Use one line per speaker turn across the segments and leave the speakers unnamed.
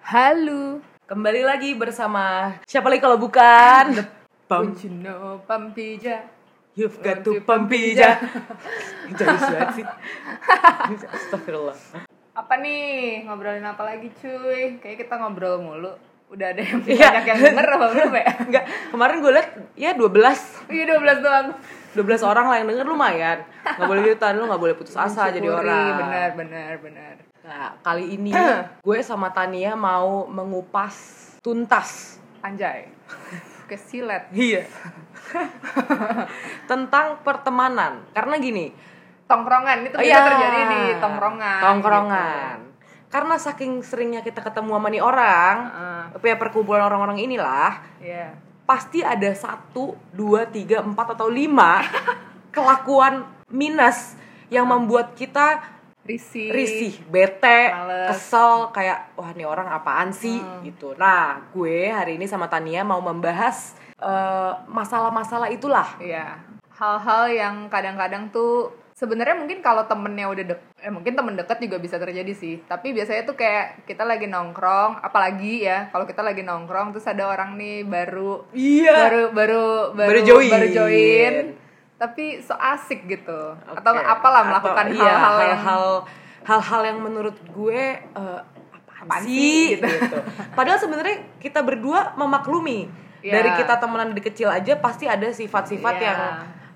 Halo.
Kembali lagi bersama siapa lagi kalau bukan The Pump.
Would you know Pampija?
You've got to pump ija. Jauh banget sih. Astagfirullah.
Apa nih? Ngobrolin apa lagi cuy? Kayak kita ngobrol mulu. Udah ada yang
Iya.
banyak yang denger apa belum ya?
Enggak, kemarin gue liat ya 12
Iya 12 doang.
12 orang lah yang denger lumayan. Gak boleh gitu, Tan. lu gak boleh putus asa jadi
Syukuri,
orang.
Benar, benar, benar.
Nah, kali ini gue sama Tania mau mengupas tuntas
Anjay. Kesilet.
Iya. tentang pertemanan. Karena gini,
Tongkrongan. Itu bisa
Iya.
Kan terjadi di tongkrongan. Gitu.
Tongkrongan. Karena saking seringnya kita ketemu sama nih orang,
Heeh.
ya perkumpulan orang-orang inilah,
Gitu. Iya.
pasti ada satu, dua, tiga, empat atau lima kelakuan minus yang membuat kita
Risih.
risih, bete,
Males.
kesel, kayak wah nih orang apaan sih gitu. Nah, gue hari ini sama Tania mau membahas eh, masalah-masalah itulah.
Iya. Hal-hal yang kadang-kadang tuh sebenarnya mungkin kalau temennya udah dek, eh, mungkin temen deket juga bisa terjadi sih. Tapi biasanya tuh kayak kita lagi nongkrong, apalagi ya kalau kita lagi nongkrong terus ada orang nih baru
Iya.
baru baru baru
Baru join.
baru join, Tapi so asik gitu. Atau
Oke.
apalah
Atau,
melakukan
iya,
hal-hal yang
hal-hal hal-hal yang menurut gue eh, apaan,
Apaan sih?
sih
Gitu.
gitu. Padahal sebenarnya kita berdua memaklumi
Iya.
dari kita temenan dari kecil aja pasti ada sifat-sifat
Iya.
yang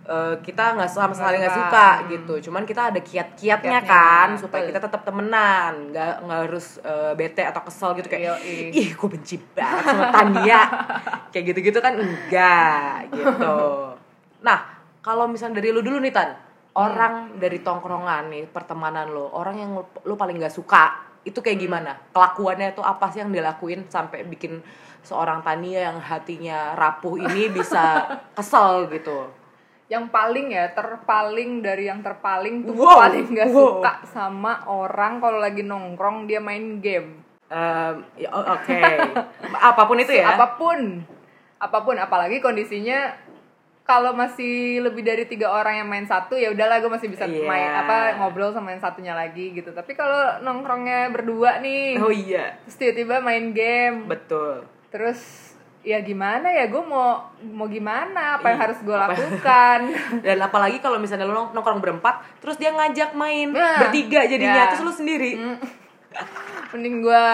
eh, kita nggak sama sekali nggak
suka.
suka gitu. Cuman kita ada kiat-kiatnya
Kiatnya,
kan supaya
betul.
kita tetap temenan, nggak nggak harus eh, bete atau kesel gitu kayak
Yoi.
ih gue benci banget sama Tania kayak gitu-gitu kan enggak gitu nah kalau misalnya dari lu dulu nih Tan orang dari tongkrongan nih pertemanan lo orang yang lu, lu paling nggak suka itu kayak gimana kelakuannya tuh apa sih yang dilakuin sampai bikin seorang Tania yang hatinya rapuh ini bisa kesel gitu
yang paling ya terpaling dari yang terpaling tuh
Wow.
paling nggak
Wow.
suka sama orang kalau lagi nongkrong dia main game.
Em, ya, o- oke apapun itu ya
apapun apapun apalagi kondisinya kalau masih lebih dari tiga orang yang main satu ya udahlah gue masih bisa
Iya.
main apa ngobrol sama yang satunya lagi gitu tapi kalau nongkrongnya berdua nih
oh iya
terus tiba-tiba main game
betul
terus ya gimana ya gue mau mau gimana apa yang
Iya,
harus gue
apa-
lakukan
dan apalagi kalau misalnya lo nong- nongkrong berempat terus dia ngajak main
Nah,
bertiga
ya.
jadinya terus lo sendiri
mending gue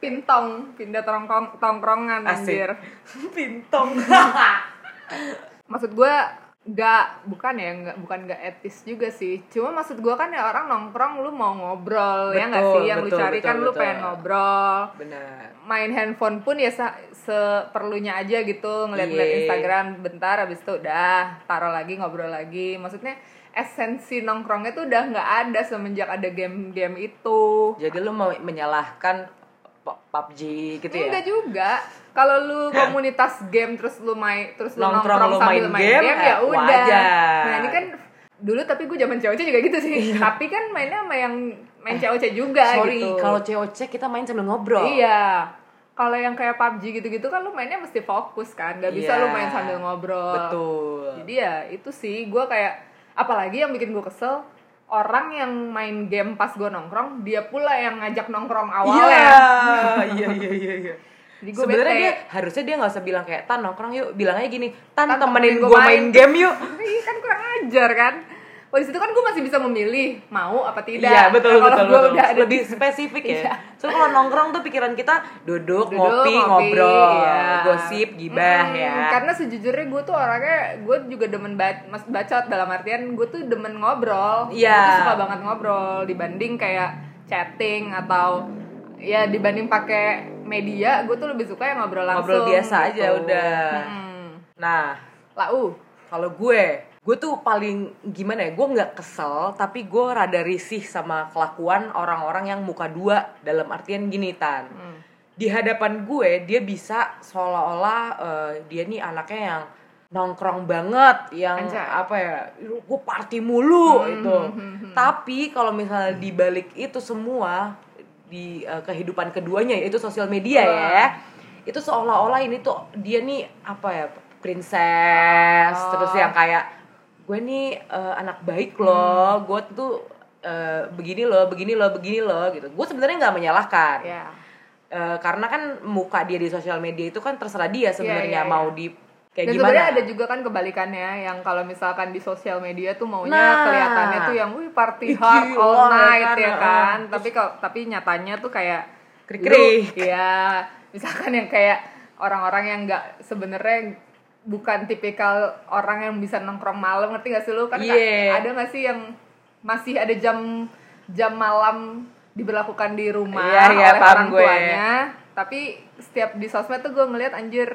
pintong pindah tongkrong tongkrongan
Asik.
anjir
pintong
maksud gue nggak bukan ya nggak bukan nggak etis juga sih cuma maksud gue kan ya orang nongkrong lu mau ngobrol ya nggak
Betul,
sih yang
betul,
lu cari
betul,
kan lu
betul.
pengen ngobrol
benar
main handphone pun ya se- seperlunya aja gitu ngeliat-ngeliat
Iya.
Instagram bentar habis itu udah taruh lagi ngobrol lagi maksudnya esensi nongkrongnya tuh udah nggak ada semenjak ada game-game itu
jadi lo mau menyalahkan P- PUBG gitu ya
Enggak juga. Kalau lu komunitas game terus lu main terus lu
Nongkrong,
nongkrong,
lu
sambil
main
main,
game,
game, ya
eh,
udah.
wajar.
Nah, ini kan dulu tapi gue zaman COC juga gitu sih. Tapi kan mainnya sama yang main COC juga
Iya. sorry
gitu.
kalau COC kita main sambil ngobrol
Iya. Kalau yang kayak PUBG gitu-gitu kan lu mainnya mesti fokus kan. Gak bisa
Iya.
lu main sambil ngobrol.
betul
Jadi ya itu sih gue kayak apalagi yang bikin gue kesel orang yang main game pas gue nongkrong dia pula yang ngajak nongkrong awalnya.
iya iya iya iya
Jadi gua
sebenarnya
bete.
dia harusnya dia nggak usah bilang kayak tan nongkrong yuk bilang aja gini tan,
Tan, temenin
temenin
gua
gue main
main."
game yuk
Ih, kan kurang ajar kan. Wah, di situ kan gue masih bisa memilih mau apa tidak.
Iya betul
Nah, kalau
betul
gua
betul.
udah ada
lebih spesifik ya.
Iya.
Soalnya kalau nongkrong tuh pikiran kita duduk,
Duduk, ngopi,
ngopi, ngobrol,
iya.
gosip, gibah
Hmm,
ya.
Karena sejujurnya gue tuh orangnya gue juga demen ba- mas bacot dalam artian gue tuh demen ngobrol.
Iya.
Gua tuh suka banget ngobrol dibanding kayak chatting atau ya dibanding pakai media gue tuh lebih suka yang ngobrol langsung.
Ngobrol biasa aja udah.
Hmm.
Nah,
Lau.
kalau gue, gue tuh paling gimana ya? Gue nggak kesel, tapi gue rada risih sama kelakuan orang-orang yang muka dua dalam artian gini tan.
Hmm.
Di hadapan gue dia bisa seolah-olah eh, dia nih anaknya yang nongkrong banget, yang
Anjay.
apa ya? Gue party mulu
Hmm,
itu.
hmm, hmm, hmm.
Tapi kalau misalnya dibalik itu semua di eh, kehidupan keduanya yaitu sosial media ya, itu seolah-olah ini tuh dia nih apa ya princess
Oh.
terus yang kayak gue nih eh, anak baik
Hmm.
loh, gue tuh eh, begini loh, begini loh, begini loh gitu. Gue sebenarnya nggak menyalahkan.
Ya.
Eh, karena kan muka dia di sosial media itu kan terserah dia
iya,
sebenarnya
iya.
mau di kayak
Dan
gimana.
sebenarnya ada juga kan kebalikannya yang kalau misalkan di sosial media tuh maunya
Nah.
kelihatannya tuh yang wih party
Ih,
hard all
gila,
night
kan,
ya
ah.
kan. Tapi kalau tapi nyatanya tuh kayak
Krik-krik.
lu- Iya, misalkan yang kayak orang-orang yang nggak sebenarnya bukan tipikal orang yang bisa nongkrong malam ngerti gak sih lu kan
Iya.
ada nggak sih yang masih ada jam jam malam diberlakukan di rumah
Iya, iya,
oleh
paham
orang
gue.
tuanya tapi setiap di sosmed tuh gue ngeliat anjir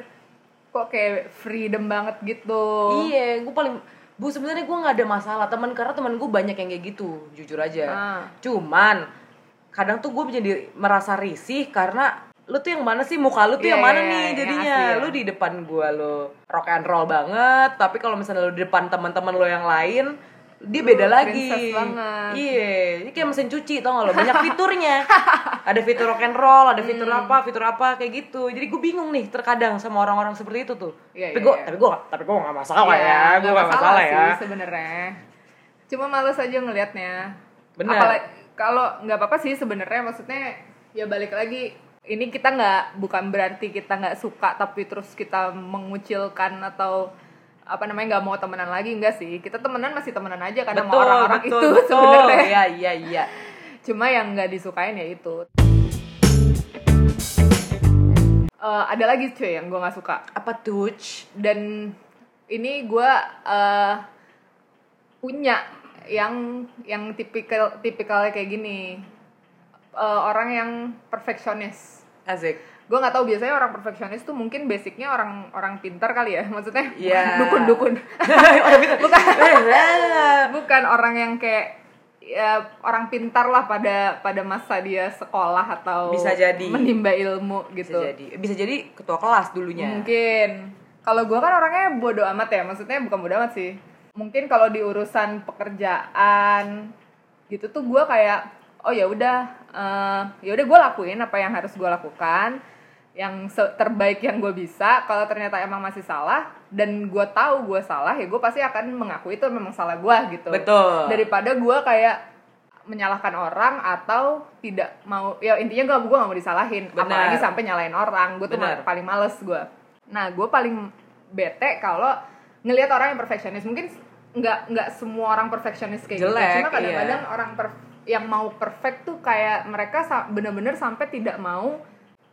kok kayak freedom banget gitu
Iya, gue paling bu sebenarnya gue nggak ada masalah teman karena teman gue banyak yang kayak gitu jujur aja.
Ah.
Cuman kadang tuh gue jadi merasa risih karena lu tuh yang mana sih muka lu tuh
Iya,
yang mana
iya,
nih
yang
jadinya
asli ya.
lu di depan gue lu rock and roll banget tapi kalau misalnya lu di depan teman-teman lu yang lain dia beda
princess
lagi
banget.
iya ini kayak mesin cuci tau gak lo banyak fiturnya ada fitur rock and roll ada fitur
Hmm.
apa fitur apa kayak gitu jadi gue bingung nih terkadang sama orang-orang seperti itu tuh
Iya, iya,
tapi gue
iya.
tapi gue tapi gue gak masalah
Iya,
ya gue gak masalah, ya
sih sebenarnya cuma males aja ngelihatnya
Bener.
Apalagi- kalau nggak apa-apa sih sebenarnya maksudnya ya balik lagi ini kita nggak bukan berarti kita nggak suka tapi terus kita mengucilkan atau apa namanya nggak mau temenan lagi enggak sih kita temenan masih temenan aja karena sama orang-orang itu sebenarnya
iya iya iya
cuma yang nggak disukain ya itu Eh, ada lagi cuy yang gue nggak suka
apa tuh Ch?
dan ini gue eh, punya yang yang tipikal tipikalnya kayak gini Eh, orang yang perfeksionis
asik
gue nggak tahu biasanya orang perfeksionis tuh mungkin basicnya orang orang pintar kali ya maksudnya
Iya.
dukun dukun
orang pintar bukan
bukan orang yang kayak ya, orang pintar lah pada pada masa dia sekolah atau
Bisa jadi.
menimba ilmu gitu
bisa jadi bisa jadi ketua kelas dulunya
Mungkin. Kalau gua kan orangnya bodo amat ya, maksudnya bukan bodo amat sih. Mungkin kalau di urusan pekerjaan gitu tuh gua kayak oh ya udah eh, ya udah gua lakuin apa yang harus gua lakukan yang se- terbaik yang gue bisa kalau ternyata emang masih salah dan gua tahu gua salah ya gue pasti akan mengakui itu memang salah gua gitu
betul
daripada gua kayak menyalahkan orang atau tidak mau ya intinya gue gue gak mau disalahin
Benar.
apalagi sampai nyalain orang gue tuh ma-
Benar.
paling males gue nah gue paling bete kalau ngelihat orang yang perfeksionis mungkin s- nggak nggak semua orang perfeksionis kayak gitu
Jelek,
cuma kadang-kadang
iya.
orang per- yang mau perfect tuh kayak mereka sa- bener-bener sampai tidak mau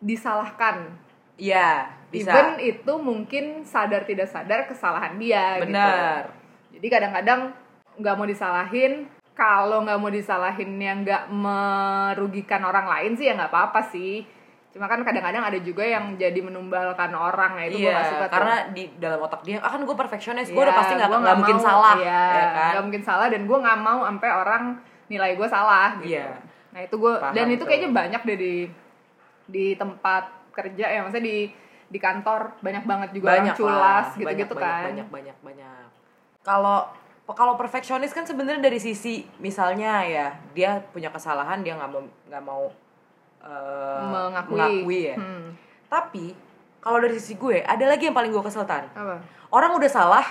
disalahkan
iya bisa
even itu mungkin sadar tidak sadar kesalahan dia gitu.
benar
Jadi kadang-kadang nggak mau disalahin. Kalau nggak mau disalahin yang nggak merugikan orang lain sih ya nggak apa-apa sih. Cuma kan kadang-kadang ada juga yang jadi menumbalkan orang. Nah, itu gue
iya
nggak suka tuh.
karena di dalam otak dia ah kan gue perfeksionis gue
Iya,
udah pasti nggak
gua
nggak mungkin
mau,
salah
Iya,
ya kan
nggak mungkin salah dan gue nggak mau sampai orang nilai gue salah. Gitu.
Iya.
Nah itu gue
Paham
dan itu
tuh.
kayaknya banyak deh di di tempat kerja ya maksudnya di di kantor banyak banget juga
banyak
orang culas
lah,
gitu-gitu
banyak,
kan.
banyak banyak banyak kalau kalau perfeksionis kan sebenarnya dari sisi misalnya ya dia punya kesalahan dia nggak mau nggak mau eh,
Mengakui.
ya
Hmm.
tapi kalau dari sisi gue ada lagi yang paling gue kesel Tan.
Apa?
orang udah salah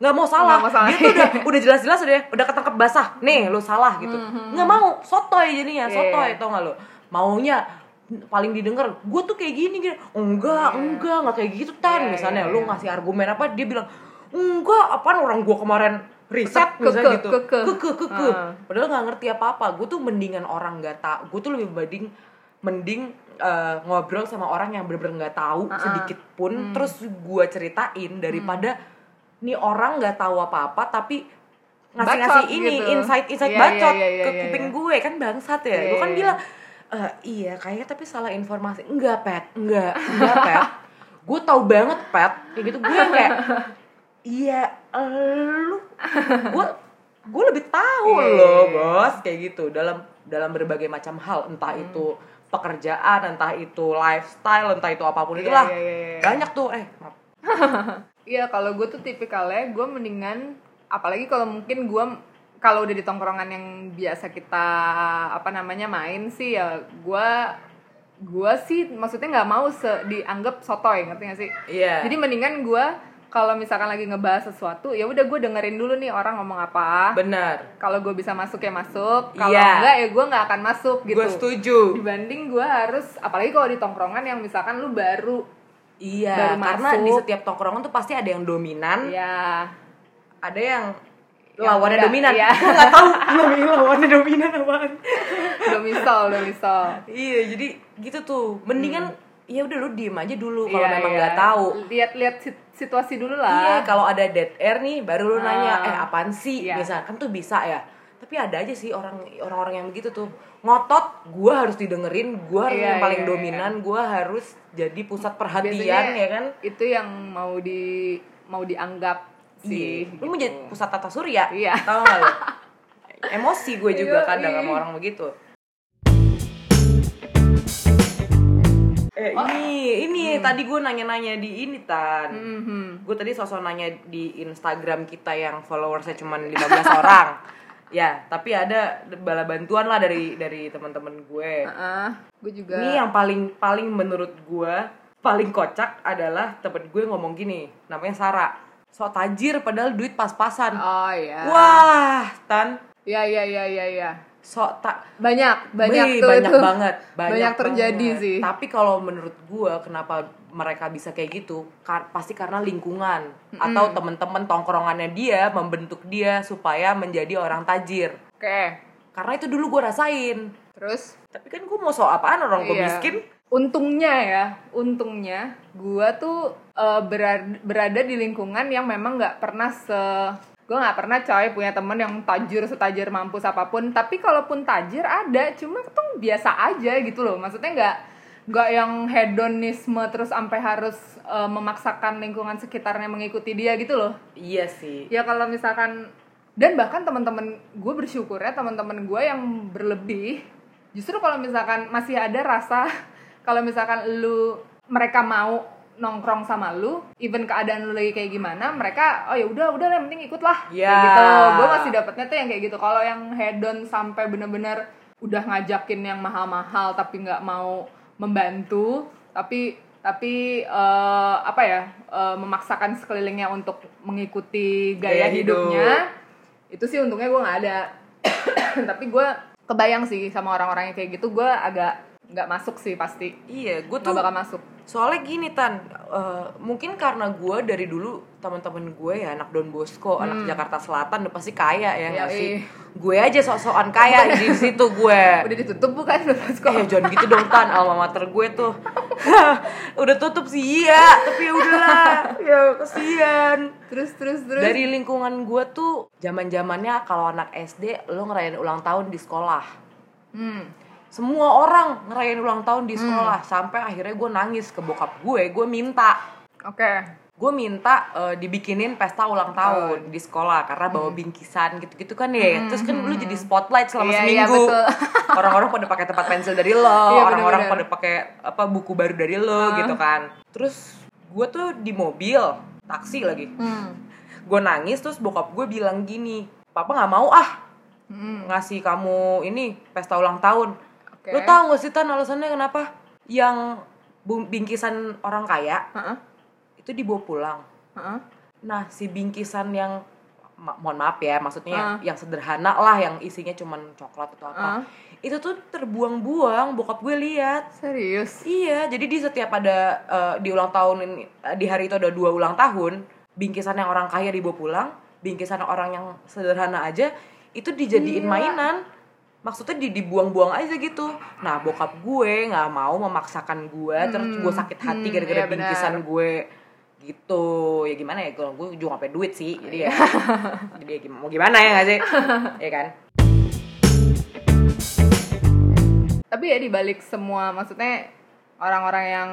nggak mau salah,
Nggak mau salah.
dia tuh udah udah jelas-jelas udah udah ketangkep basah nih lo salah gitu nggak mau sotoy jadinya
Mm-hmm. Iya.
sotoy tau nggak lo maunya paling didengar gue tuh kayak gini gini enggak enggak nggak kayak gitu tan
Iya,
misalnya
iya,
lo
iya.
ngasih argumen apa dia bilang enggak apaan orang gue kemarin riset
Tetep
misalnya
keke,
gitu
keke.
keke keke
Ah.
padahal nggak ngerti apa apa gue tuh mendingan orang nggak tahu gue tuh lebih banding mending eh, ngobrol sama orang yang bener-bener nggak tahu
Ah,
sedikit pun
Hmm.
terus gue ceritain daripada nih orang nggak tahu apa-apa tapi ngasih-ngasih
Bacot
ini
gitu.
insight insight
Iya,
bacot
iya, iya,
ke
iya,
kuping
iya.
gue kan bangsat ya
Iya,
gue kan
iya.
bilang "Eh, iya kayaknya tapi salah informasi enggak pet enggak enggak pet gue tahu banget pet kayak gitu gue yang kayak iya lu gue gue lebih tahu
Iya, iya,
loh
iya.
bos kayak gitu dalam dalam berbagai macam hal entah
Hmm.
itu pekerjaan entah itu lifestyle entah itu
Iya,
apapun itulah
iya, iya, iya.
banyak tuh eh maaf.
Iya kalau gue tuh tipikalnya gue mendingan apalagi kalau mungkin gue kalau udah di tongkrongan yang biasa kita apa namanya main sih ya gue gue sih maksudnya nggak mau se dianggap sotoy ngerti gak sih?
iya
Jadi mendingan gue kalau misalkan lagi ngebahas sesuatu ya udah gue dengerin dulu nih orang ngomong apa
Benar.
kalau gue bisa masuk ya masuk kalau
Iya.
enggak ya gue nggak akan masuk gitu
Gue setuju.
dibanding gue harus apalagi kalau di tongkrongan yang misalkan lu baru Baru
Iya, karena
masuk.
di setiap tongkrongan tuh pasti ada yang dominan,
ya
ada yang
Yang
lawannya
enggak,
dominan.
iya.
Gue nggak tahu namanya lawannya dominan apaan.
domisol domisol
iya, jadi gitu tuh. Mendingan ya udah lu diem aja dulu
Hmm.
kalau
Iya,
memang
iya.
nggak tahu.
lihat-lihat sit- situasi dulu
Iya,
lah
kalau ada dead air nih baru lu nanya,
Ah.
eh apaan sih?
Iya.
Misalkan tuh bisa ya. Tapi ada aja sih orang orang-orang yang begitu tuh. Ngotot, gua harus didengerin, gua harus
Iya,
yang paling
iya,
dominan, gua harus jadi pusat perhatian
Biasanya-
ya kan?
itu yang mau di mau dianggap sih gitu.
Iya. Lu mau jadi pusat tata surya.
Iya.
Tahu gak lu? Emosi gue juga
Yoi.
kadang sama orang begitu. Eh, ini ini
Hmm.
tadi gue nanya-nanya di ini tan.
Mhm.
Gue tadi sosok nanya di Instagram kita yang followersnya cuma 15 orang. Ya, tapi ada bala bantuan lah dari dari teman-teman gue.
Ah, gue juga
Ini yang paling paling menurut gue paling kocak adalah temen gue ngomong gini, namanya Sarah. So tajir padahal duit pas-pasan.
oh ya
Wah, Tan,
ya ya ya ya ya
sok tak
banyak banyak tuh
banyak
itu.
banget, banyak,
Banyak terjadi
banget.
sih.
Tapi kalau menurut gue kenapa mereka bisa kayak gitu? Kar- pasti karena lingkungan atau temen-temen tongkrongannya dia membentuk dia supaya menjadi orang tajir.
oke
Karena itu dulu gue rasain.
terus
Tapi kan gue mau sok apaan orang gue
Iya.
miskin?
untungnya ya untungnya gue tuh eh, berad- berada di lingkungan yang memang nggak pernah se gue nggak pernah coy punya temen yang tajir setajir mampus apapun tapi kalaupun tajir ada cuma tuh biasa aja gitu loh maksudnya nggak nggak yang hedonisme terus sampai harus eh, memaksakan lingkungan sekitarnya mengikuti dia gitu loh
Iya sih.
ya kalau misalkan dan bahkan teman-teman gue bersyukurnya teman-teman gue yang berlebih justru kalau misalkan masih ada rasa kalau misalkan lu mereka mau nongkrong sama lu even keadaan lu lagi kayak gimana mereka oh ya udah udah lah, yang penting ikut lah Kayak
Ya.
gitu gue masih dapetnya tuh yang kayak gitu kalau yang hedon sampai bener-bener udah ngajakin yang mahal-mahal tapi nggak mau membantu tapi tapi eh, apa ya eh, memaksakan sekelilingnya untuk mengikuti gaya,
Gaya hidup.
hidupnya itu sih untungnya gue nggak ada tapi gue kebayang sih sama orang-orang yang kayak gitu gue agak nggak masuk sih pasti
Iya, gue
nggak
tuh
bakal masuk
soalnya gini tan eh, mungkin karena gue dari dulu teman-teman gue ya anak Don Bosco anak Jakarta Selatan udah pasti kaya ya nggak
Hmm. Yoi.
sih gue aja sok-sokan kaya di situ gue
udah ditutup bukan Mas Ko?
Eh jangan gitu dong tan alma mater gue tuh udah tutup sih ya tapi ya udahlah ya kasihan
terus terus terus
dari lingkungan gue tuh zaman zamannya kalau anak SD lo ngerayain ulang tahun di sekolah
Hmm.
semua orang ngerayain ulang tahun di sekolah sampai akhirnya gue nangis ke bokap gue gue minta
oke
gue minta eh, dibikinin pesta ulang tahun di sekolah karena bawa
Hmm.
bingkisan gitu-gitu kan ya terus kan lu jadi spotlight
Iya,
selama
iya,
seminggu
betul.
orang-orang pada pakai tempat pensil dari lo
Iya,
orang-orang pada
bener-bener. Ah.
pakai apa buku baru dari lo gitu kan terus gue tuh di mobil taksi lagi
Hmm.
gue nangis terus bokap gue bilang gini papa nggak mau ah
Hmm.
ngasih kamu ini pesta ulang tahun
Oke.
lu tahu gak sih tan alasannya kenapa yang bu- bingkisan orang kaya
Heeh.
itu dibawa pulang
Heeh.
Nah, si bingkisan yang ma- mohon maaf ya,
Ah.
maksudnya yang sederhana lah yang isinya cuman coklat atau apa.
Ah.
Itu tuh terbuang-buang, bokap gue lihat.
serius
Iya, jadi di setiap ada eh, di ulang tahun ini, eh, di hari itu ada dua ulang tahun, bingkisan yang orang kaya dibawa pulang, bingkisan orang yang sederhana aja itu dijadiin
Iya.
mainan. Maksudnya di dibuang-buang aja gitu. Nah, bokap gue nggak mau memaksakan gue, terus gue sakit hati
hmm,
gara-gara
iya benar.
bingkisan gue gitu ya gimana ya kalau gue juga gak punya duit sih jadi ya
Iya.
jadi ya gimana, mau gimana ya gak sih ya kan
tapi ya dibalik semua maksudnya orang-orang yang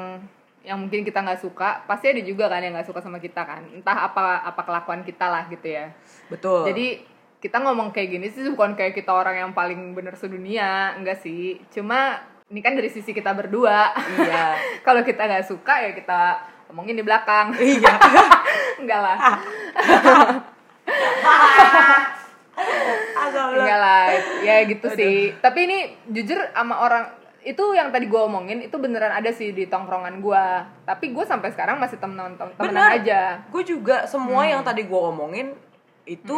yang mungkin kita nggak suka pasti ada juga kan yang nggak suka sama kita kan entah apa apa kelakuan kita lah gitu ya
betul
jadi kita ngomong kayak gini sih bukan kayak kita orang yang paling bener sedunia enggak sih cuma ini kan dari sisi kita berdua
iya
kalau kita nggak suka ya kita omongin di belakang
iya
enggak lah
Asal lu-
enggak lah ya gitu sih tapi ini jujur sama orang itu yang tadi gue omongin itu beneran ada sih di tongkrongan gue tapi gue sampai sekarang masih temenan temenan
Bener.
aja
gue juga semua
Hmm.
yang tadi gue omongin itu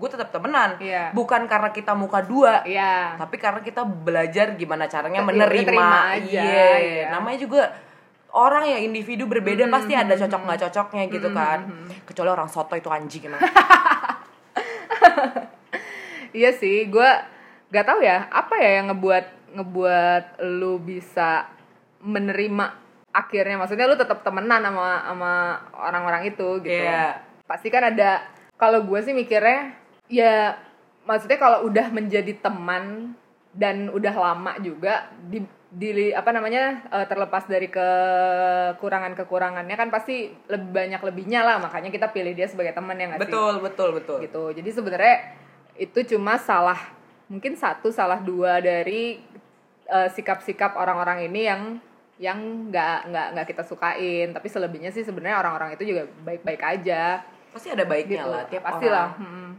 gue tetap temenan
Iya.
bukan karena kita muka dua
Iya
tapi karena kita belajar gimana caranya
Iya,
menerima
menerima aja,
Iya.
iya. Hmm,
namanya juga orang ya individu berbeda pasti ada cocok nggak cocoknya gitu kan kecuali orang soto itu anjing emang gitu.
iya sih gue gak tahu ya apa ya yang ngebuat ngebuat lu bisa menerima akhirnya maksudnya lu tetap temenan sama sama orang-orang itu gitu
Iya.
pasti kan ada kalau gue sih mikirnya ya maksudnya kalau udah menjadi teman dan udah lama juga di, di- apa namanya eh, terlepas dari kekurangan kekurangannya kan pasti lebih banyak lebihnya lah makanya kita pilih dia sebagai teman ya nggak sih?
betul betul betul
gitu jadi sebenarnya itu cuma salah mungkin satu salah dua dari eh, sikap-sikap orang-orang ini yang yang nggak nggak nggak kita sukain tapi selebihnya sih sebenarnya orang-orang itu juga baik-baik aja
pasti ada baiknya
gitu
lah tiap
pastilah Mm-mm.
orang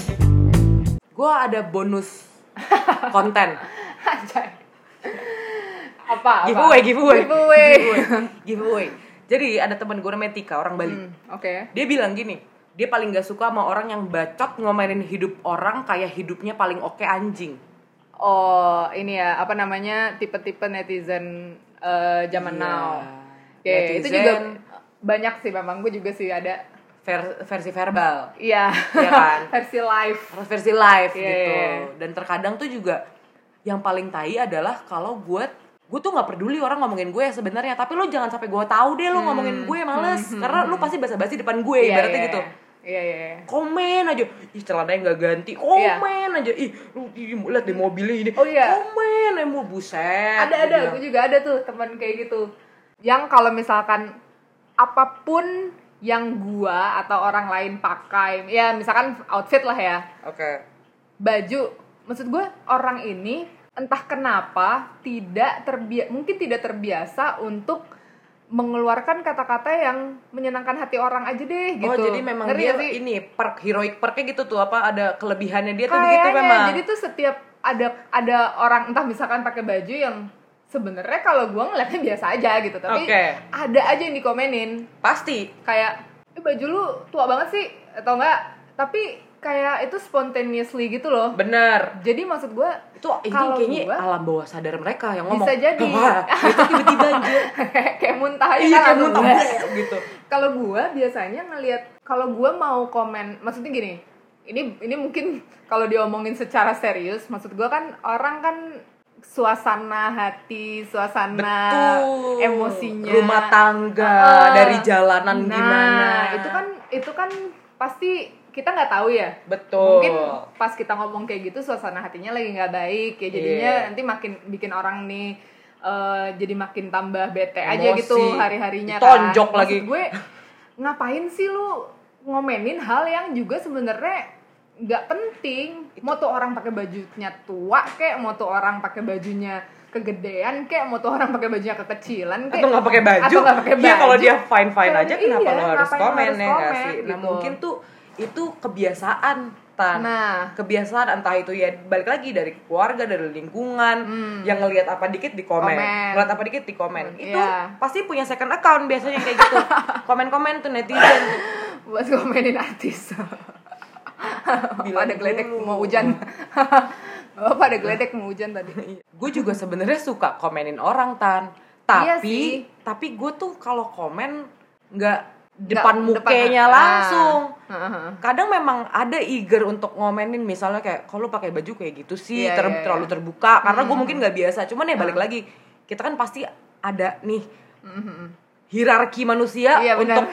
gue ada bonus konten
Anjay. apa, apa?
giveaway giveaway
Giveaway.
Giveaway. giveaway jadi ada teman gue namanya Tika orang Bali
Hmm, oke
dia bilang gini dia paling gak suka sama orang yang bacot ngomelin hidup orang kayak hidupnya paling oke anjing
oh ini ya apa namanya tipe-tipe netizen eh, zaman
Iya.
now Oke, itu
Netizen.
juga banyak sih memang gue juga sih ada
Ver- versi verbal
iya
ya kan
versi live
harus versi live
Iya,
gitu
iya, iya.
dan terkadang tuh juga yang paling tai adalah kalau gue gue tuh nggak peduli orang ngomongin gue sebenarnya tapi lo jangan sampai gue tahu deh
Hmm,
lo ngomongin gue males karena lo pasti basa-basi depan gue
Iya,
ibaratnya
iya,
gitu
Iya iya. iya.
komen aja ih celananya nggak ganti komen aja ih lu ih, lihat di mobilnya ini
Oh, iya.
komen emu buset
Ada ada,
Dia bilang,
aku juga ada tuh teman kayak gitu. Yang kalau misalkan apapun yang gua atau orang lain pakai, ya misalkan outfit lah ya,
oke
baju. Maksud gua orang ini entah kenapa tidak terbiasa, mungkin tidak terbiasa untuk mengeluarkan kata-kata yang menyenangkan hati orang aja deh gitu.
Oh jadi memang
Ngerti
dia
gak sih?
ini perk heroic perknya gitu tuh apa ada kelebihannya dia tuh
Kayaknya,
gitu memang.
jadi tuh setiap ada ada orang entah misalkan pakai baju yang sebenarnya kalau gua ngeliatnya biasa aja gitu tapi
Oke.
ada aja yang dikomenin
Pasti.
kayak eh, baju lu tua banget sih atau enggak tapi kayak itu spontaneously gitu loh
Bener.
jadi maksud gua
Itu ini
Kalau
kayaknya
gua-
alam bawah sadar mereka yang ngomong.
Bisa jadi.
Wah, itu tiba-tiba anjir.
kayak kayak muntah aja kan
Iya kayak
langsung,
muntah
"Bleh."
gitu.
kalau gua biasanya ngelihat kalau gua mau komen maksudnya gini ini ini mungkin kalau diomongin secara serius maksud gua kan orang kan suasana hati suasana
Betul.
Nah, emosinya
Rumah tangga
Heeh.
dari jalanan
nah,
gimana.
itu kan itu kan pasti kita nggak tahu ya
betul.
mungkin pas kita ngomong kayak gitu suasana hatinya lagi nggak baik ya jadinya
Iya.
nanti makin bikin orang nih eh, jadi makin tambah bete aja
Emosi.
gitu hari harinya
Ditonjok lagi.
gue ngapain sih lu ngomenin hal yang juga sebenarnya nggak penting mau tuh orang pakai bajunya tua kayak mau tuh orang pakai bajunya kegedean kayak mau tuh orang pakai bajunya kekecilan kayak
atau nggak pakai baju
atau nggak pakai
ya kalau
baju.
dia fine fine aja
Iya,
kenapa lo harus
ngapain lo
komen
harus
ya nggak
komen,
sih nah
gitu.
mungkin tuh itu kebiasaan tan
nah
kebiasaan entah itu ya balik lagi dari keluarga dari lingkungan yang ngelihat apa dikit di
Hmm.
komen
Komen.
ngelihat apa dikit di komen
Hmm,
itu
iya.
pasti punya second account biasanya kayak gitu komen komen tuh netizen tuh.
buat ngomenin artis
Bilang
pada geledek
dulu.
mau hujan oh, pada geledek mau hujan tadi
gue juga sebenarnya suka komenin orang tan
Iya
tapi
sih.
tapi gue tuh kalau komen nggak depan
Nggak-
mukanya
depan-
langsung
Ah. Ah, ah.
kadang memang ada eager untuk ngomenin misalnya kayak kalau pakai baju kayak gitu sih
Iya,
ter-
iya, Hmm. iya.
terlalu terbuka karena gue mungkin nggak biasa cuman ya balik lagi kita kan pasti ada nih hierarki manusia
Hmm, Iya, benar.
untuk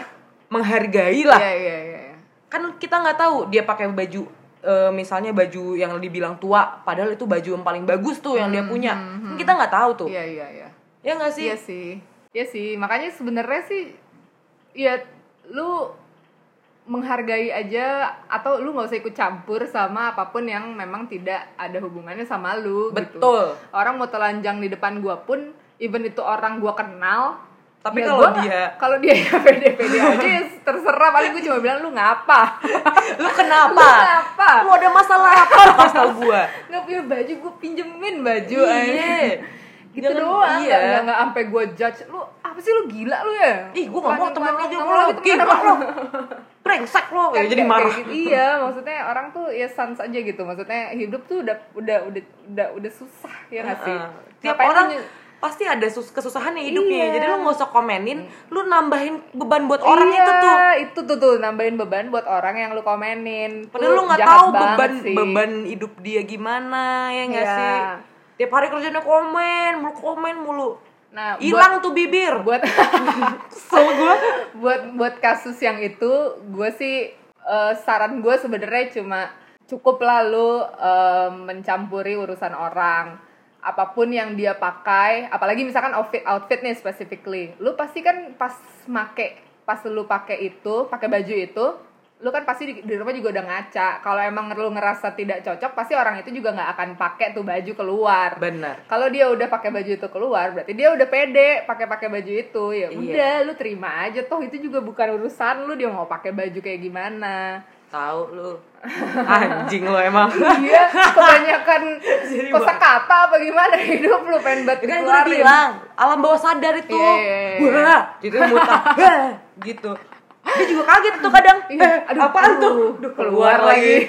menghargai lah
iya iya iya iya.
kan kita nggak tahu dia pakai baju eh, misalnya baju yang dibilang tua padahal itu baju yang paling bagus tuh yang dia punya Kan kita nggak tahu tuh
Hmm, iya iya iya
ya nggak sih
iya sih iya sih makanya sebenarnya sih ya lu menghargai aja atau lu nggak usah ikut campur sama apapun yang memang tidak ada hubungannya sama lu gitu.
betul
orang mau telanjang di depan gua pun even itu orang gua kenal
tapi
Ya,
kalau
gua nggak-
dia
kalau dia ya pede-pede aja ya terserah paling gue cuma bilang lu ngapa
lu kenapa
Lu kenapa?
lu ada masalah apa lu kasih tau gua
nggak punya baju gue pinjemin baju
Iya.
anjing. gitu
Jangan-
doang
iya.
nggak nggak nggak sampai gue judge lu apa sih lu gila lu ya
ih gua nggak mau
Bukan,
temen lu
nggak
aja
mau
gua
lagi
lagi
temenan
gila
sama
lu
lu.
brengsek lu
Kan
ya jadi
kayak-
marah
kayak gitu. iya maksudnya orang tuh ya sans aja gitu maksudnya hidup tuh udah udah udah udah udah susah ya nggak sih
Heeh. tiap
Ngapain lu
orang
ny-
pasti ada sus- kesusahannya hidupnya
Iya. Hmm.
jadi lu nggak usah komenin lu nambahin beban buat orang itu tuh
Iya, itu tuh tuh nambahin beban buat orang yang lu komenin
padahal
Tuh
lu nggak
jahat
tahu
banget
beban
sih.
beban hidup dia gimana ya nggak
Iya.
sih tiap hari kerjanya komen mulu komen mulu
nah buat-
hilang tuh bibir
buat
kesel gua
buat buat kasus yang itu gue sih eh, saran gue sebenarnya cuma cukup lalu mencampuri urusan orang apapun yang dia pakai apalagi misalkan outfit outfit nih specifically lu pasti kan pas make pas lu pakai itu pakai baju itu lu kan pasti di, di rumah juga udah ngaca kalau emang lu ngerasa tidak cocok pasti orang itu juga nggak akan pakai tuh baju keluar
benar
kalau dia udah pakai baju itu keluar berarti dia udah pede pakai pakai baju itu ya
Iya.
udah lu terima aja toh itu juga bukan urusan lu dia mau pakai baju kayak gimana
tahu lu anjing lu emang
iya kebanyakan
Jadi
kosa kata apa gimana hidup lu pengen banget
kan gue
dikeluarin
bilang alam bawah sadar itu
Iya, iya, iya.
wah jadi muntah wah, gitu dia juga kaget tuh kadang
Iya,
eh,
aduh,
apaan
aduh,
tuh
aduh, keluar lagi.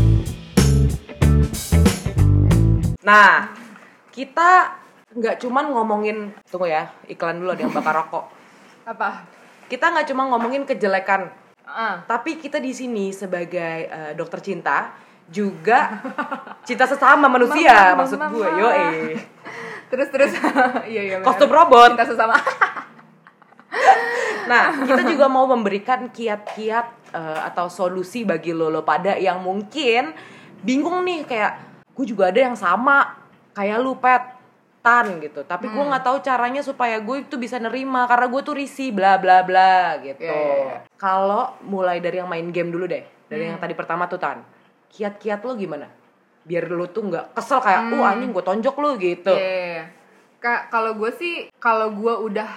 nah kita nggak cuman ngomongin tunggu ya iklan dulu ada yang bakar rokok
apa
kita nggak cuma ngomongin kejelekan
ah
tapi kita di sini sebagai eh, dokter cinta juga cinta sesama manusia
Mama,
maksud
mama.
gue yo eh
terus terus iya iya benar.
kostum robot
cinta sesama
Nah, kita juga mau memberikan kiat-kiat eh, atau solusi bagi lolo pada yang mungkin bingung nih kayak gue juga ada yang sama kayak lu pet tan gitu. Tapi gue
Hmm.
nggak tahu caranya supaya gue itu bisa nerima karena gue tuh risih bla bla bla gitu.
Iya, iya, Hmm. iya.
Kalau mulai dari yang main game dulu deh, dari yang tadi pertama tuh tan. Kiat-kiat lo gimana? Biar lu tuh nggak kesel kayak, uh anjing gue tonjok lu gitu.
Hmm. Iya, iya, iya. Ka- kalau gue sih kalau gue udah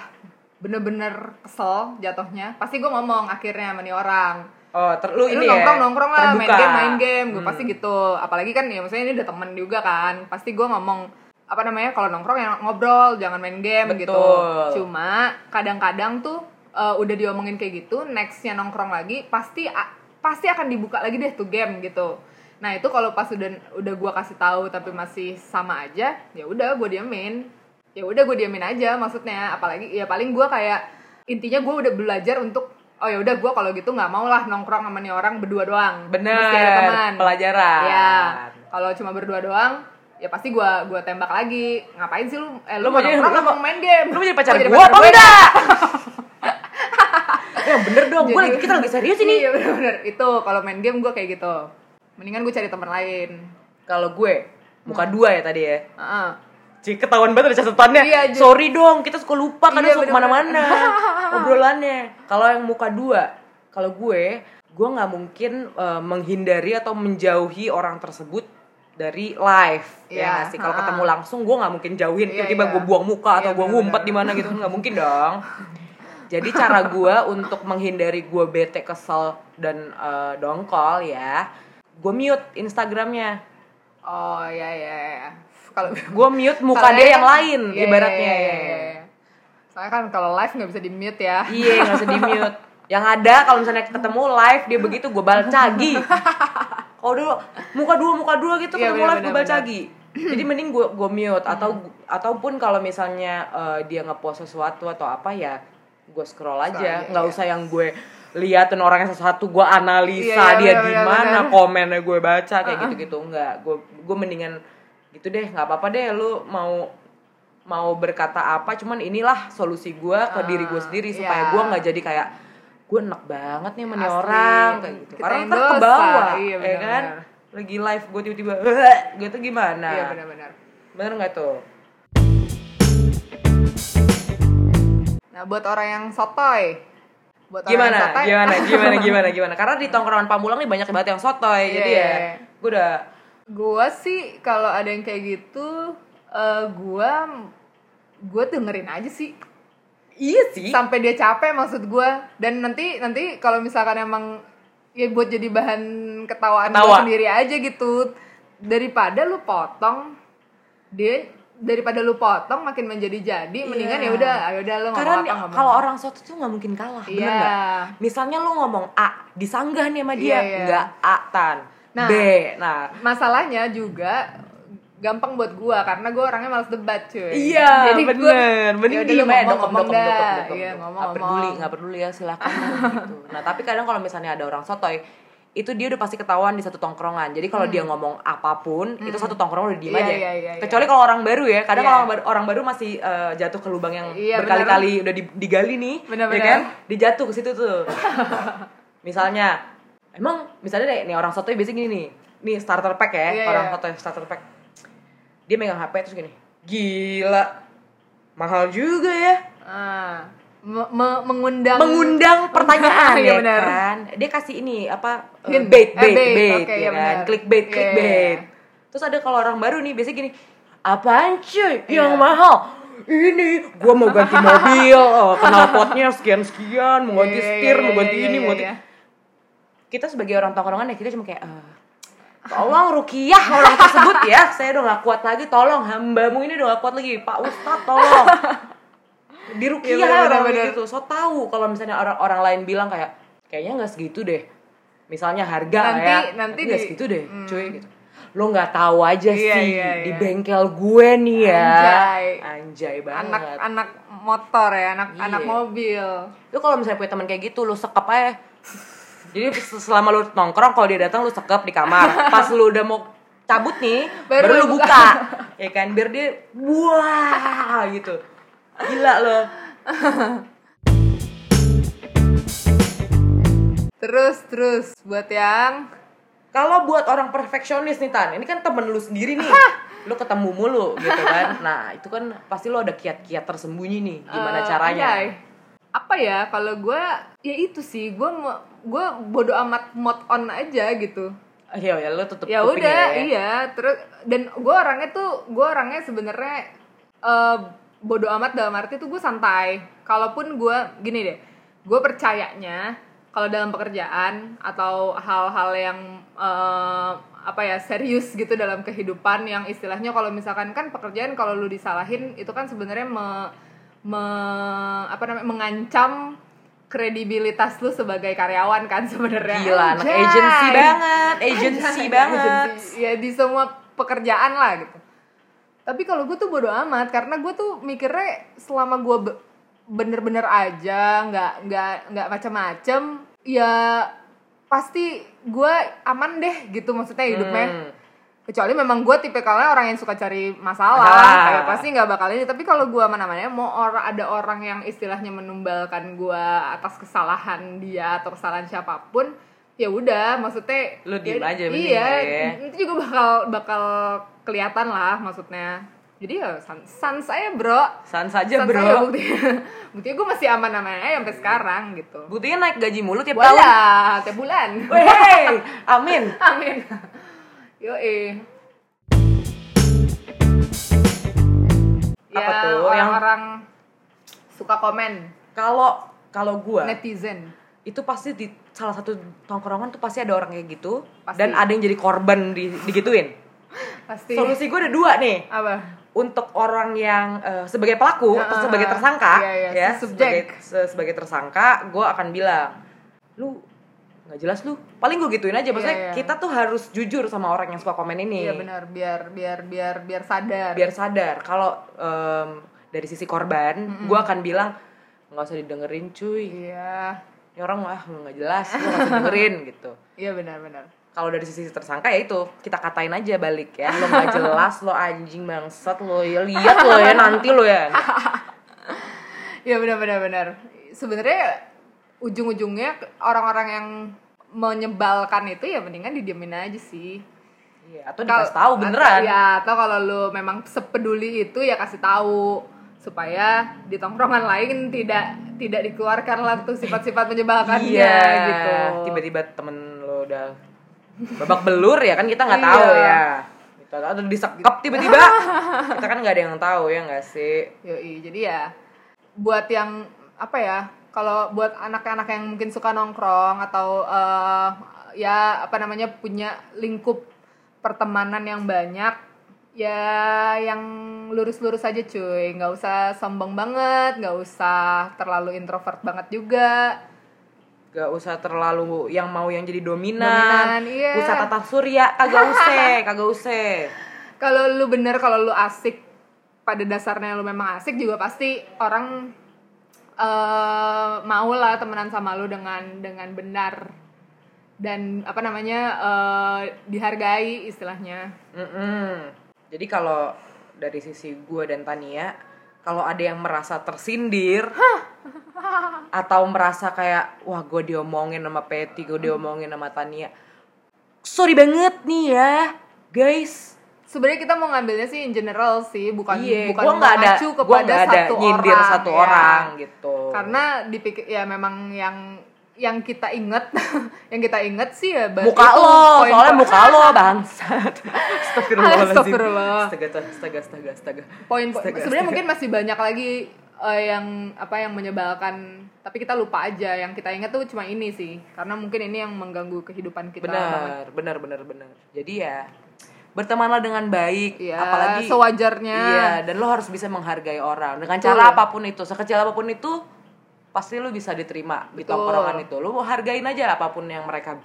bener-bener kesel jatuhnya pasti gue ngomong akhirnya sama nih orang
Oh, ter- lu
Eh, lu
ini ya,
nongkrong nongkrong lah main
terbuka.
game main game gue pasti gitu apalagi kan ya maksudnya ini udah temen juga kan pasti gue ngomong apa namanya kalau nongkrong ya ngobrol jangan main game gitu
Betul.
cuma kadang-kadang tuh eh, udah diomongin kayak gitu nextnya nongkrong lagi pasti a- pasti akan dibuka lagi deh tuh game gitu nah itu kalau pas udah udah gue kasih tahu tapi masih sama aja ya udah gue diamin ya udah gue diamin aja maksudnya apalagi ya paling gue kayak intinya gue udah belajar untuk oh ya udah gue kalau gitu nggak mau lah nongkrong sama nih orang berdua doang mesti ada teman
Bener, pelajaran.
ya kalau cuma berdua doang ya pasti gue gua tembak lagi ngapain sih lu eh, lu,
Lu
mau
mau jadi-
nongkrong
lu
apa
mau-
mau main game
Lu mau Kan Oh, jadi pacar
Mau jadi
gua apa
gua
enggak? ya bener dong, gue
Jadi-
lagi, kita lagi serius ini.
iya bener-bener itu kalau main game gue kayak gitu mendingan gue cari teman lain
Kalau gue, muka dua ya tadi ya.
Heeh.
Cik, ketahuan banget ada catatannya.
Iya, Ji.
Sorry dong, kita suka lupa kadang
Iya,
suka
bener-bener.
kemana-mana. Obrolannya. Kalau yang muka dua, kalau gue, gue nggak mungkin eh, menghindari atau menjauhi orang tersebut dari live
Iya,
ya nggak sih kalau
ha-ha.
ketemu langsung gue nggak mungkin jauhin
Iya,
tiba-tiba
iya.
gue buang muka atau
Iya,
gue ngumpet
bener-bener.
di mana gitu kan nggak mungkin dong jadi cara gue untuk menghindari gue bete kesel dan eh, dongkol ya gue mute instagramnya
oh ya ya ya. kalau
gue mute muka
Soalnya
dia yang
kan-
lain
Iya,
ibaratnya
iya, iya, iya, iya. Soalnya kan kalau live nggak bisa di mute ya.
Iya, nggak usah di mute. Yang ada kalau misalnya ketemu live dia begitu gue balcagi. Kalau dulu muka dua muka dua gitu
Iya,
ketemu
bener,
live gue
bener, Hmm.
balcagi. Jadi mending gue gue mute atau ataupun kalau misalnya eh, dia ngepost sesuatu atau apa ya gue scroll aja,
aja,
nggak
iya.
usah yang gue liatin orangnya satu-satu gue analisa
Iya, iya,
dia
bener,
di
bener,
mana
bener.
komennya gue baca kayak gitu-gitu nggak gue gue mendingan gitu deh nggak apa-apa deh lu mau mau berkata apa cuman inilah solusi gue ke
Ah,
diri gue sendiri
iya.
supaya gue nggak jadi kayak gue enak banget nih sama nih
Asli,
orang kayak gitu
kita
karena
yang
ntar ke
dosa.
bawah
Iya,
ya kan
benar-benar.
lagi live gue tiba-tiba gitu gimana
Iya benar-benar.
bener nggak tuh
Nah buat orang yang sotoy, buat
gimana Iya.
orang yang sotoy,
gimana gimana gimana gimana karena di tongkrongan pamulang nih banyak banget yang sotoy
Iya,
jadi ya
iya, iya.
gue udah
gua sih kalau ada yang kayak gitu, eh gua gue dengerin aja sih
Iya sih.
sampai dia capek maksud gue dan nanti nanti kalau misalkan emang ya buat jadi bahan ketawaan gue
Ketawa.
sendiri aja gitu daripada lu potong dia daripada lu potong makin menjadi jadi mendingan ya
Iya.
udah ayo udah lu
Karena
ngomong apa ngomong
kalau orang soto tuh nggak mungkin kalah, bener
Iya.
nggak? Misalnya lo ngomong A, disanggah nih sama dia,
Iya, iya.
nggak A tan,
Nah.
B, nah
masalahnya juga gampang buat gua karena gua orangnya malas debat cuy
Iya,
jadi
bener.
gua
Mending
yaudah lu
diem aja,
ngomong,
dokem,
ngomong
dokem,
dah.
dokem, dokem,
Iya,
dokem.
ngomong,
Nggak peduli,
ngomong.
nggak peduli ya silakan gitu. Nah, tapi kadang kalau misalnya ada orang sotoy, itu dia udah pasti ketahuan di satu tongkrongan. Jadi kalau dia ngomong apapun, itu satu tongkrongan udah diem
Hmm. Iya,
aja.
iya, iya,
Kecuali kalau orang baru ya, kadang
Iya.
kalau orang baru, orang baru masih eh, jatuh ke lubang yang
Iya,
berkali-kali udah di- digali nih,
Bener,
ya
bener.
kan? Dijatuh ke situ tuh. misalnya, emang misalnya deh, nih orang sotoy biasanya gini nih. Nih starter pack ya,
Iya,
orang
iya.
sotoy starter pack dia megang HP terus gini gila mahal juga ya
Ah, me- me- mengundang
mengundang pertanyaan
Iya,
ya
benar.
kan dia kasih ini apa eh,
Hint.
bait
Eh,
bait
bait.
bait
Oke,
ya
iya,
kan
benar.
clickbait
Iya, iya,
clickbait
iya.
terus ada kalau orang baru nih biasanya gini apaan cuy
Iya.
yang mahal ini gua mau ganti mobil oh, knalpotnya sekian sekian mau
Iya,
ganti
iya,
setir mau
iya,
ganti
iya,
ini
iya,
mau ganti
iya.
kita sebagai orang tongkrongan ya kita cuma kayak "Eh, tolong rukiah orang tersebut ya saya udah gak kuat lagi tolong hambamu ini udah gak kuat lagi pak ustadz tolong dirukiah
Iya, benar,
orang
benar.
gitu so tahu kalau misalnya orang orang lain bilang kayak kayaknya nggak segitu deh misalnya harga
Nanti-
ya
nanti di-
nggak
Hmm.
segitu deh cuy gitu lo nggak tahu aja
Iya,
sih
iya,
di
iya.
bengkel gue nih ya
Anjay.
anjay banget
anak-anak motor ya, anak-anak
Iya.
mobil.
lu kalau misalnya punya teman kayak gitu lu sekep aja jadi selama lu nongkrong kalau dia datang lu sekep di kamar pas lu udah mau cabut nih baru,
Baru
lu
lu
buka. ya kan biar dia wah gitu gila lo
Terus terus buat yang
kalau buat orang perfeksionis nih tan ini kan temen lu sendiri nih lu ketemu mulu gitu kan nah itu kan pasti lu ada kiat-kiat tersembunyi nih gimana
eh,
caranya
anjay. Apa ya kalau gue ya itu sih gue gue bodo amat mod on aja gitu.
Oke, ya lu tutup
ya
kupingnya
udah
ya.
iya terus dan gue orangnya tuh gue orangnya sebenarnya eh bodoh amat dalam arti tuh gue santai kalaupun gue gini deh gue percayanya kalau dalam pekerjaan atau hal-hal yang eh, apa ya serius gitu dalam kehidupan yang istilahnya kalau misalkan kan pekerjaan kalau lu disalahin itu kan sebenarnya me, me- apa namanya mengancam kredibilitas lu sebagai karyawan kan sebenarnya
gila anak
Anjay.
agency banget agency
Agensi
banget
ya di semua pekerjaan lah gitu tapi kalau gue tuh bodo amat karena gue tuh mikirnya selama gue be- bener-bener aja nggak nggak nggak macam-macam ya pasti gue aman deh gitu maksudnya hidupnya
Hmm.
kecuali memang gue tipikalnya orang yang suka cari masalah,
Masalah.
kayak pasti nggak bakal ini tapi kalau gue mana namanya mau orang ada orang yang istilahnya menumbalkan gue atas kesalahan dia atau kesalahan siapapun ya udah maksudnya
Lu
ya-
diem aja mending
iya
ya.
itu juga bakal bakal kelihatan lah maksudnya jadi ya san, san saya bro
San saja
San
bro.
saya buktinya buktinya gue masih aman namanya sampai sekarang gitu
Buktinya naik gaji mulu tiap tahun.
Walah, tiap bulan
Wey, amin.
Amin. Yo eh.
Apa tuh? Yang-
Ya, Orang-orang suka komen
Kalau kalau gua
netizen.
itu pasti di salah satu tongkrongan tuh pasti ada orang kayak gitu
Pasti.
dan ada yang jadi korban di, digituin.
Pasti
Solusi gua ada dua nih.
apa?
Untuk orang yang eh, sebagai pelaku
Nah,
atau sebagai tersangka
iya, iya,
ya,
si subjek.
sebagai se- sebagai tersangka gua akan bilang, "Lu nggak jelas lu." Paling gua gituin aja maksudnya
Iya, iya.
kita tuh harus jujur sama orang yang suka komen ini.
Iya benar, biar biar biar biar sadar.
biar sadar kalau em, dari sisi korban gua akan bilang nggak usah didengerin cuy
Iya.
ini orang ah nggak jelas lu nggak usah dengerin gitu
Iya benar benar.
kalau dari sisi tersangka ya itu kita katain aja balik ya lo nggak jelas lo anjing bangsat lo ya lihat lo ya nanti lo ya
Iya benar benar benar. Sebenarnya ujung-ujungnya orang-orang yang menyebalkan itu ya mendingan didiemin aja sih.
Iya, atau dikasih tahu beneran
atau- ya atau kalau lu memang sepeduli itu ya kasih tahu supaya di tongkrongan lain tidak tidak dikeluarkan lah tuh sifat-sifat menyebalkannya
iya
gitu
tiba-tiba temen lo udah babak belur ya kan kita nggak tahu
Iya.
ya gitu Tahu-tahu ada disekap tiba-tiba. Kita kan nggak ada yang tahu ya nggak sih?
Yoi, jadi ya buat yang apa ya? Kalau buat anak-anak yang mungkin suka nongkrong atau eh, ya apa namanya punya lingkup pertemanan yang banyak, ya yang lurus-lurus aja cuy, nggak usah sombong banget, nggak usah terlalu introvert banget juga.
Gak usah terlalu yang mau yang jadi dominan.
Dominan, iya.
Usah tata surya kagak usah, kagak usah.
Kalau lu bener, kalau lu asik, pada dasarnya lu memang asik juga pasti orang eh mau lah temenan sama lu dengan dengan benar dan apa namanya eh, dihargai istilahnya.
Mm-mm. Jadi kalau dari sisi gue dan Tania, kalau ada yang merasa tersindir atau merasa kayak wah gue diomongin sama Peti, gue diomongin sama Tania, sorry banget nih ya, guys.
Sebenarnya kita mau ngambilnya sih in general sih, bukan
Iya,
bukan
gue nggak ada,
mengacu
gue
kepada
nggak ada
satu
nyindir
orang,
satu
ya.
orang gitu.
Karena dipikir ya memang yang yang kita inget, yang kita inget sih ya ba-
muka
itu
lo,
poin-
soalnya muka lo bangsat. Astagfirullahaladzim.
Astagfirullah.
Astaga, astaga, astaga, astaga.
poin
Astaga,
sebenarnya
astaga.
mungkin masih banyak lagi eh, yang apa yang menyebalkan tapi kita lupa aja yang kita ingat tuh cuma ini sih karena mungkin ini yang mengganggu kehidupan kita banget.
benar benar benar benar jadi ya bertemanlah dengan baik
Iya,
apalagi
sewajarnya.
iya dan lo harus bisa menghargai orang dengan cara apapun itu sekecil apapun itu pasti lo bisa diterima di tongkrongan itu lo hargain aja apapun yang mereka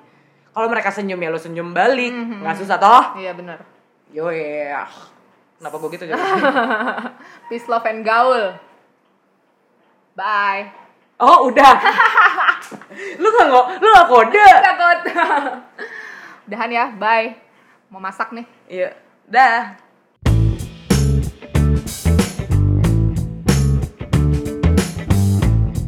kalau mereka senyum ya lo senyum balik nggak susah toh
iya benar
yo ya kenapa gue gitu jadi
peace love and gaul bye
oh udah lu nggak ngo lu nggak kode
takut udahan ya bye mau masak nih
iya dah